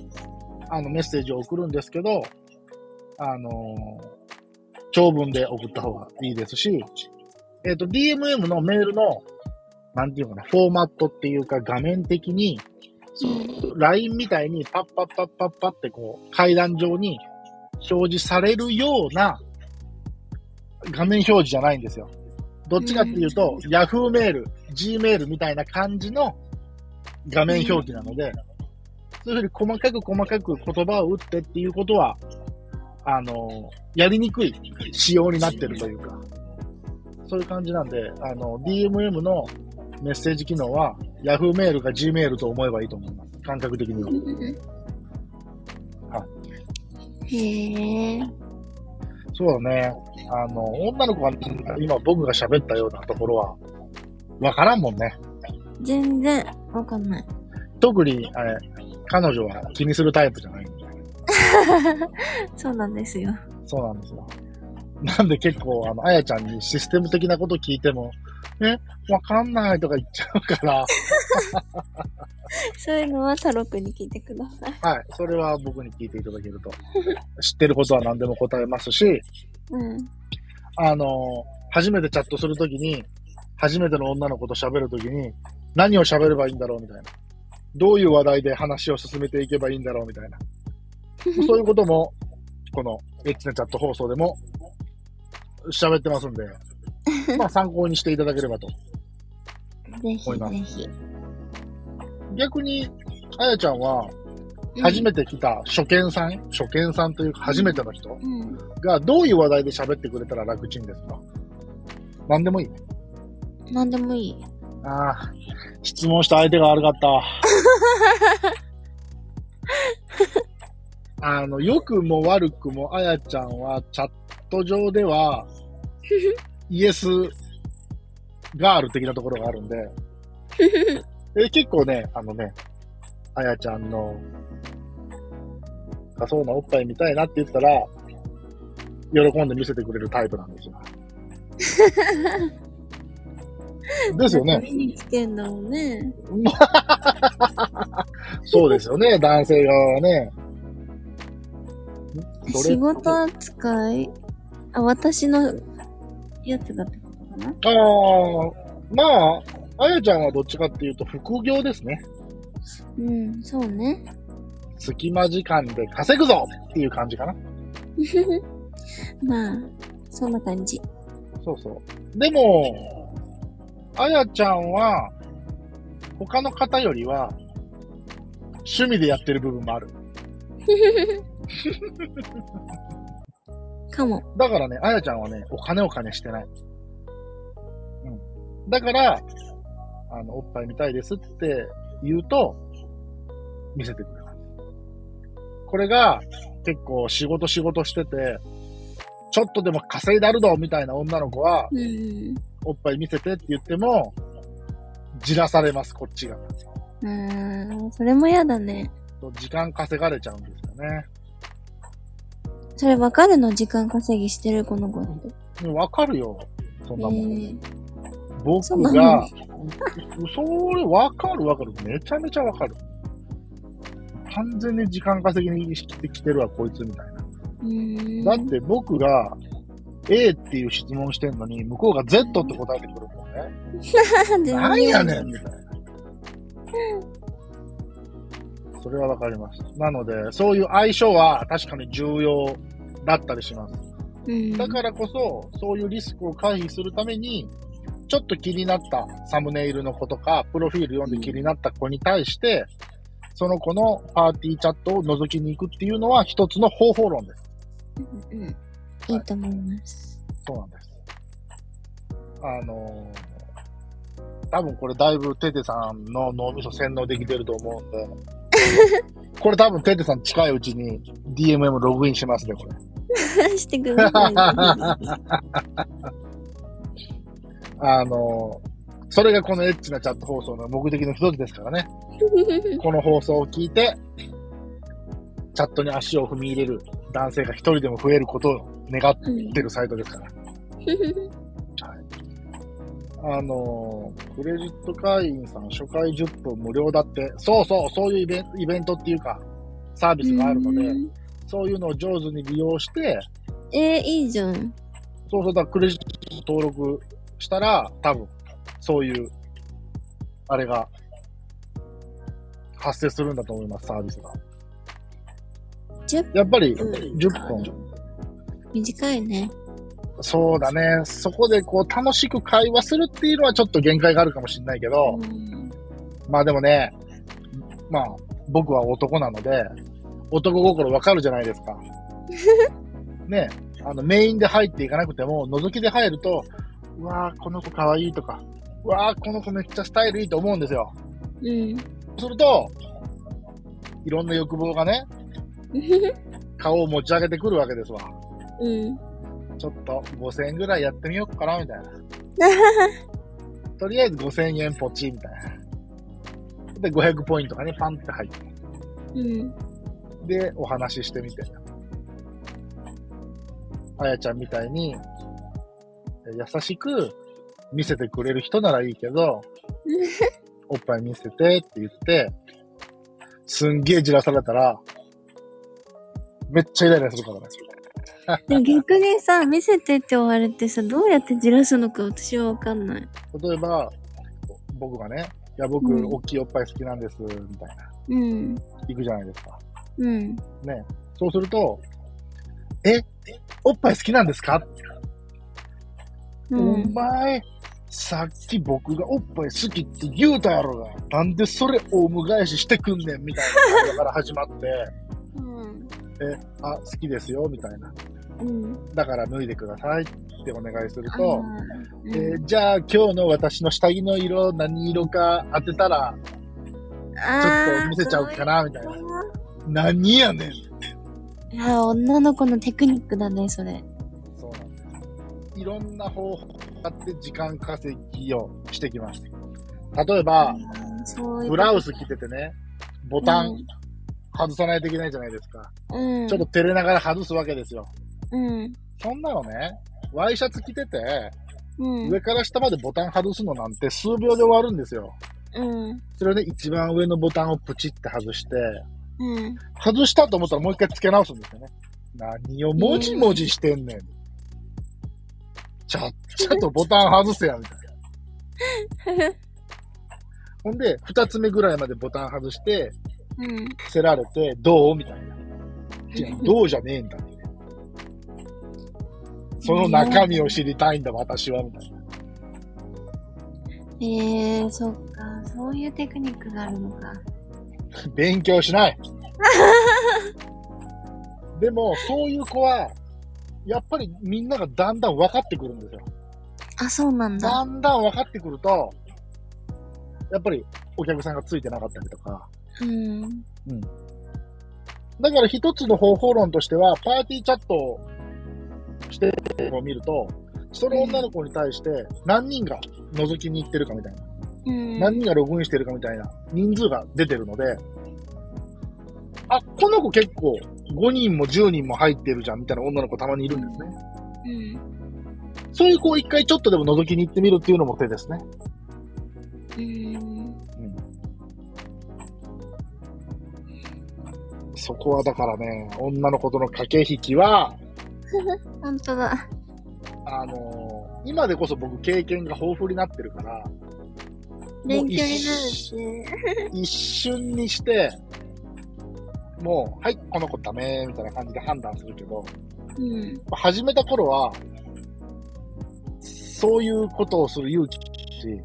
Speaker 1: あの、メッセージを送るんですけど、あのー長文で送った方がいいですし、えっ、と、DMM のメールの、なんていうかな、フォーマットっていうか画面的に、LINE みたいにパッパッパッパッパってこう階段上に表示されるような画面表示じゃないんですよ。どっちかっていうと、Yahoo メール、Gmail みたいな感じの画面表記なので、そういうふうに細かく細かく言葉を打ってっていうことは、あの、やりにくい仕様になってるというか、そういう感じなんで、あの、DMM のメッセージ機能は Yahoo メールか Gmail と思えばいいと思います。感覚的には。あ
Speaker 2: へえ。
Speaker 1: そうだね。あの、女の子が今僕が喋ったようなところは、わからんもんね。
Speaker 2: 全然わかんない。
Speaker 1: 特に、あれ、彼女は気にするタイプじゃないんで。
Speaker 2: そうなんですよ。
Speaker 1: そうなんですよ。なんで結構、あの、あやちゃんにシステム的なこと聞いても、え、わかんないとか言っちゃうから、
Speaker 2: そういうのは太郎くんに聞いてください。
Speaker 1: はい。それは僕に聞いていただけると、知ってることは何でも答えますし、
Speaker 2: うん。
Speaker 1: あの、初めてチャットするときに、初めての女の子と喋るときに、何を喋ればいいんだろうみたいな。どういう話題で話を進めていけばいいんだろうみたいな。そういうことも、このエッチなチャット放送でも喋ってますんで、まあ参考にしていただければと。
Speaker 2: ぜひ
Speaker 1: 思います
Speaker 2: ぜひ。
Speaker 1: 逆に、あやちゃんは、初めて来た初見さん、初見さんというか初めての人
Speaker 2: うん。
Speaker 1: がどういう話題で喋ってくれたら楽ちんですか何でもいい。
Speaker 2: なんでもいい。
Speaker 1: ああ、質問した相手が悪かった。あの、良くも悪くも、あやちゃんはチャット上では、イエスガール的なところがあるんで、え結構ね、あのね、あやちゃんの、あそうなおっぱい見たいなって言ったら、喜んで見せてくれるタイプなんですよ。ですよね。
Speaker 2: 見に来てんだもんね。
Speaker 1: そうですよね、 男性側はね。んそれ
Speaker 2: 仕事扱いあ、私のやつだってことかな
Speaker 1: ああ、まあ、あやちゃんはどっちかっていうと副業ですね。
Speaker 2: うん、そうね。
Speaker 1: 隙間時間で稼ぐぞっていう感じかな。
Speaker 2: まあ、そんな感じ。
Speaker 1: そうそう。でも、あやちゃんは、他の方よりは、趣味でやってる部分もある。
Speaker 2: かも。
Speaker 1: だからね、あやちゃんはね、お金お金してない。うん。だから、あの、おっぱい見たいですって言うと、見せてくれます。これが、結構仕事仕事してて、ちょっとでも稼いだるどみたいな女の子は、
Speaker 2: うん。
Speaker 1: おっぱい見せてって言っても、じらされます、こっちが。
Speaker 2: うん、それもやだね。
Speaker 1: そう時間稼がれちゃうんですよね。
Speaker 2: それわかるの時間稼ぎしてるこの子って。
Speaker 1: うんわかるよ、そんなもん。
Speaker 2: えそ
Speaker 1: 僕
Speaker 2: んな
Speaker 1: が
Speaker 2: の、
Speaker 1: それわかるわかる。めちゃめちゃわかる。完全に時間稼ぎにしてきてるわ、こいつみたいな。
Speaker 2: ー、うん。
Speaker 1: だって僕が A っていう質問してんのに、向こうが Z って答えてくるもんね。
Speaker 2: 全然
Speaker 1: なんやねんみたいな。それはわかります。なので、そういう相性は確かに重要だったりします。
Speaker 2: うん。
Speaker 1: だからこそ、そういうリスクを回避するために、ちょっと気になったサムネイルの子とか、プロフィール読んで気になった子に対して、その子のパーティーチャットを覗きに行くっていうのは一つの方法論です。
Speaker 2: うんうんいいと思います。
Speaker 1: そうなんです。あのー多分これだいぶテテさんの脳みそ洗脳できてると思うんで、これ多分テテさん近いうちに DMM ログインしますね、これ。
Speaker 2: して くださいね。
Speaker 1: あの、それがこのエッチなチャット放送の目的の一つですからね。この放送を聞いて、チャットに足を踏み入れる男性が一人でも増えることを願っ
Speaker 2: うん
Speaker 1: てるサイトですから。あの、クレジット会員さん初回10分無料だって、そうそう、そういうイベイベントっていうか、サービスがあるので、
Speaker 2: うん
Speaker 1: そういうのを上手に利用して、
Speaker 2: えー、いいじゃん。
Speaker 1: そうそうだ、クレジット登録したら、多分、そういう、あれが、発生するんだと思います、サービスが。
Speaker 2: 10
Speaker 1: やっぱり、
Speaker 2: 分。
Speaker 1: 10分。
Speaker 2: 短いね。
Speaker 1: そうだね。そこでこう、楽しく会話するっていうのはちょっと限界があるかもしれないけど、
Speaker 2: うん
Speaker 1: まあでもね、まあ、僕は男なので、男心わかるじゃない ですか。ねあの、メインで入っていかなくても、覗きで入ると、うわー、この子かわいいとか、うわー、この子めっちゃスタイルいいと思うんですよ。
Speaker 2: うん。
Speaker 1: すると、いろんな欲望がね、顔を持ち上げてくるわけですわ。
Speaker 2: うん。
Speaker 1: ちょっと5000円ぐらいやってみようかな、みたいな。とりあえず5000円ポチ、みたいな。で、500ポイントがね、パンって入って。
Speaker 2: うん。
Speaker 1: で、お話ししてみて。あやちゃんみたいに、え優しく見せてくれる人ならいいけど、おっぱい見せてって言って、すんげえじらされたら、めっちゃイライラするからね。
Speaker 2: でも逆にさ、見せてって言われてさ、どうやってじらすのか私はわかんない。
Speaker 1: 例えば、僕がね、いや、僕、
Speaker 2: うん
Speaker 1: 大きいおっぱい好きなんです、みたいな、
Speaker 2: うん。
Speaker 1: 行くじゃないですか。
Speaker 2: うん。
Speaker 1: ね。そうすると、え、おっぱい好きなんですか
Speaker 2: う
Speaker 1: お
Speaker 2: ん。
Speaker 1: 前、さっき僕がおっぱい好きって言うたやろが、なんでそれオウム返ししてくんねんみたいなのから始まって、
Speaker 2: うん。
Speaker 1: あ、好きですよ、みたいな。
Speaker 2: うん。
Speaker 1: だから脱いでくださいってお願いする
Speaker 2: あ
Speaker 1: と、
Speaker 2: ー
Speaker 1: えーじゃあ今日の私の下着の色何色か当てたら、ちょっと見せちゃおうか。な、みたい
Speaker 2: あ
Speaker 1: な。
Speaker 2: ー
Speaker 1: 何やねん
Speaker 2: いやー、女の子のテクニックだね、それ。
Speaker 1: そうなんです。いろんな方法を使って時間稼ぎをしてきました。例えば、
Speaker 2: そういうこと
Speaker 1: ブラウス着ててね、ボタ
Speaker 2: う
Speaker 1: ン
Speaker 2: ん
Speaker 1: 外さないといけないじゃないですか。
Speaker 2: うん。
Speaker 1: ちょっと照れながら外すわけですよ。
Speaker 2: うん。
Speaker 1: そんなのね、ワイシャツ着てて、
Speaker 2: うん。
Speaker 1: 上から下までボタン外すのなんて数秒で終わるんですよ。
Speaker 2: うん。
Speaker 1: それをね、一番上のボタンをプチって外して、
Speaker 2: うん。
Speaker 1: 外したと思ったらもう一回付け直すんですよね。何をもじもじしてんねん。ちゃっちゃとボタン外せや、みたいな。ほんで、二つ目ぐらいまでボタン外して、
Speaker 2: うん。
Speaker 1: せられて、どうみたいな。いやどうじゃねえんだ。その中身を知りたいんだ、私は、みたいな。
Speaker 2: ええー、そっか。そういうテクニックがあるのか。
Speaker 1: 勉強し ない。でも、そういう子は、やっぱりみんながだんだん分かってくるんですよ。
Speaker 2: あ、そうなんだ。
Speaker 1: だんだん分かってくると、やっぱりお客さんがついてなかったりとか。
Speaker 2: うん。
Speaker 1: だから一つの方法論としては、パーティーチャットをしてるのを見ると、その女の子に対して何人が覗きに行ってるかみたいな。
Speaker 2: うん。
Speaker 1: 何人がログインしてるかみたいな人数が出てるので、あ、この子結構5人も10人も入ってるじゃんみたいな女の子たまにいるんですね。
Speaker 2: うん。
Speaker 1: そういう子を一回ちょっとでも覗きに行ってみるっていうのも手ですね。
Speaker 2: うん。
Speaker 1: そこはだからね、女の子との駆け引きは、
Speaker 2: 本当だ。
Speaker 1: あのー今でこそ僕経験が豊富になってるから、
Speaker 2: 勉強になるし。
Speaker 1: 一瞬にして、もう、はい、この子ダメ、みたいな感じで判断するけど、
Speaker 2: うん。
Speaker 1: 始めた頃は、そういうことをする勇気し、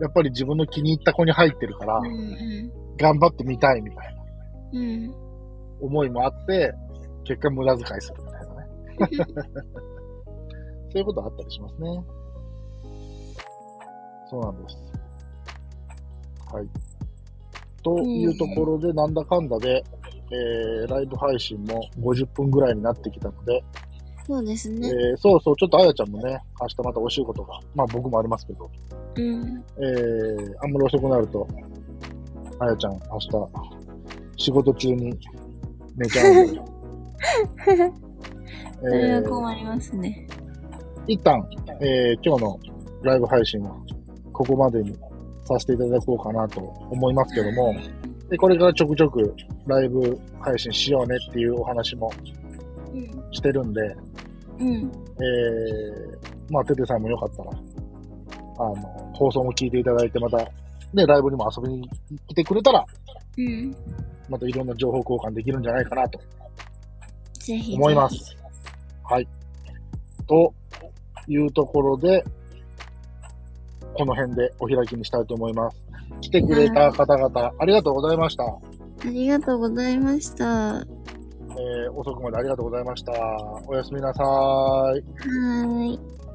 Speaker 1: やっぱり自分の気に入った子に入ってるから
Speaker 2: う、ん。
Speaker 1: 頑張ってみたいみたいな
Speaker 2: うん。うん。
Speaker 1: 思いもあって、結果無駄遣いするみたいなね。 そういうことあったりしますね。そうなんです。はい。というところで、なんだかんだで、えー、ライブ配信も50分ぐらいになってきたので、
Speaker 2: そうです
Speaker 1: え
Speaker 2: ね。
Speaker 1: ーそうそう、ちょっとあやちゃんもね、明日またお仕事が、まあ僕もありますけど、
Speaker 2: うん。
Speaker 1: えー、あんまり遅くなると、あやちゃん、明日、仕事中に寝ちゃうんで。
Speaker 2: それ
Speaker 1: え
Speaker 2: は
Speaker 1: ー、
Speaker 2: 困りますね。
Speaker 1: 一旦、えー、今日のライブ配信は、ここまでにさせていただこうかなと思いますけども、で、これからちょくちょくライブ配信しようねっていうお話も
Speaker 2: うん。
Speaker 1: してるんで、
Speaker 2: う
Speaker 1: え
Speaker 2: ん。
Speaker 1: ー、まあ、ててさんもよかったら、あの、放送も聞いていただいて、また、ね、ライブにも遊びに来てくれたら、
Speaker 2: うん。
Speaker 1: またいろんな情報交換できるんじゃないかなと
Speaker 2: ぜひ。
Speaker 1: 思いま。す。はい。というところで、この辺でお開きにしたいと思います。来てくれた方々、ありがとうございました。
Speaker 2: ありがとうございました。は
Speaker 1: えー遅くまでありがとうございました。おやすみなさーい。
Speaker 2: ーい。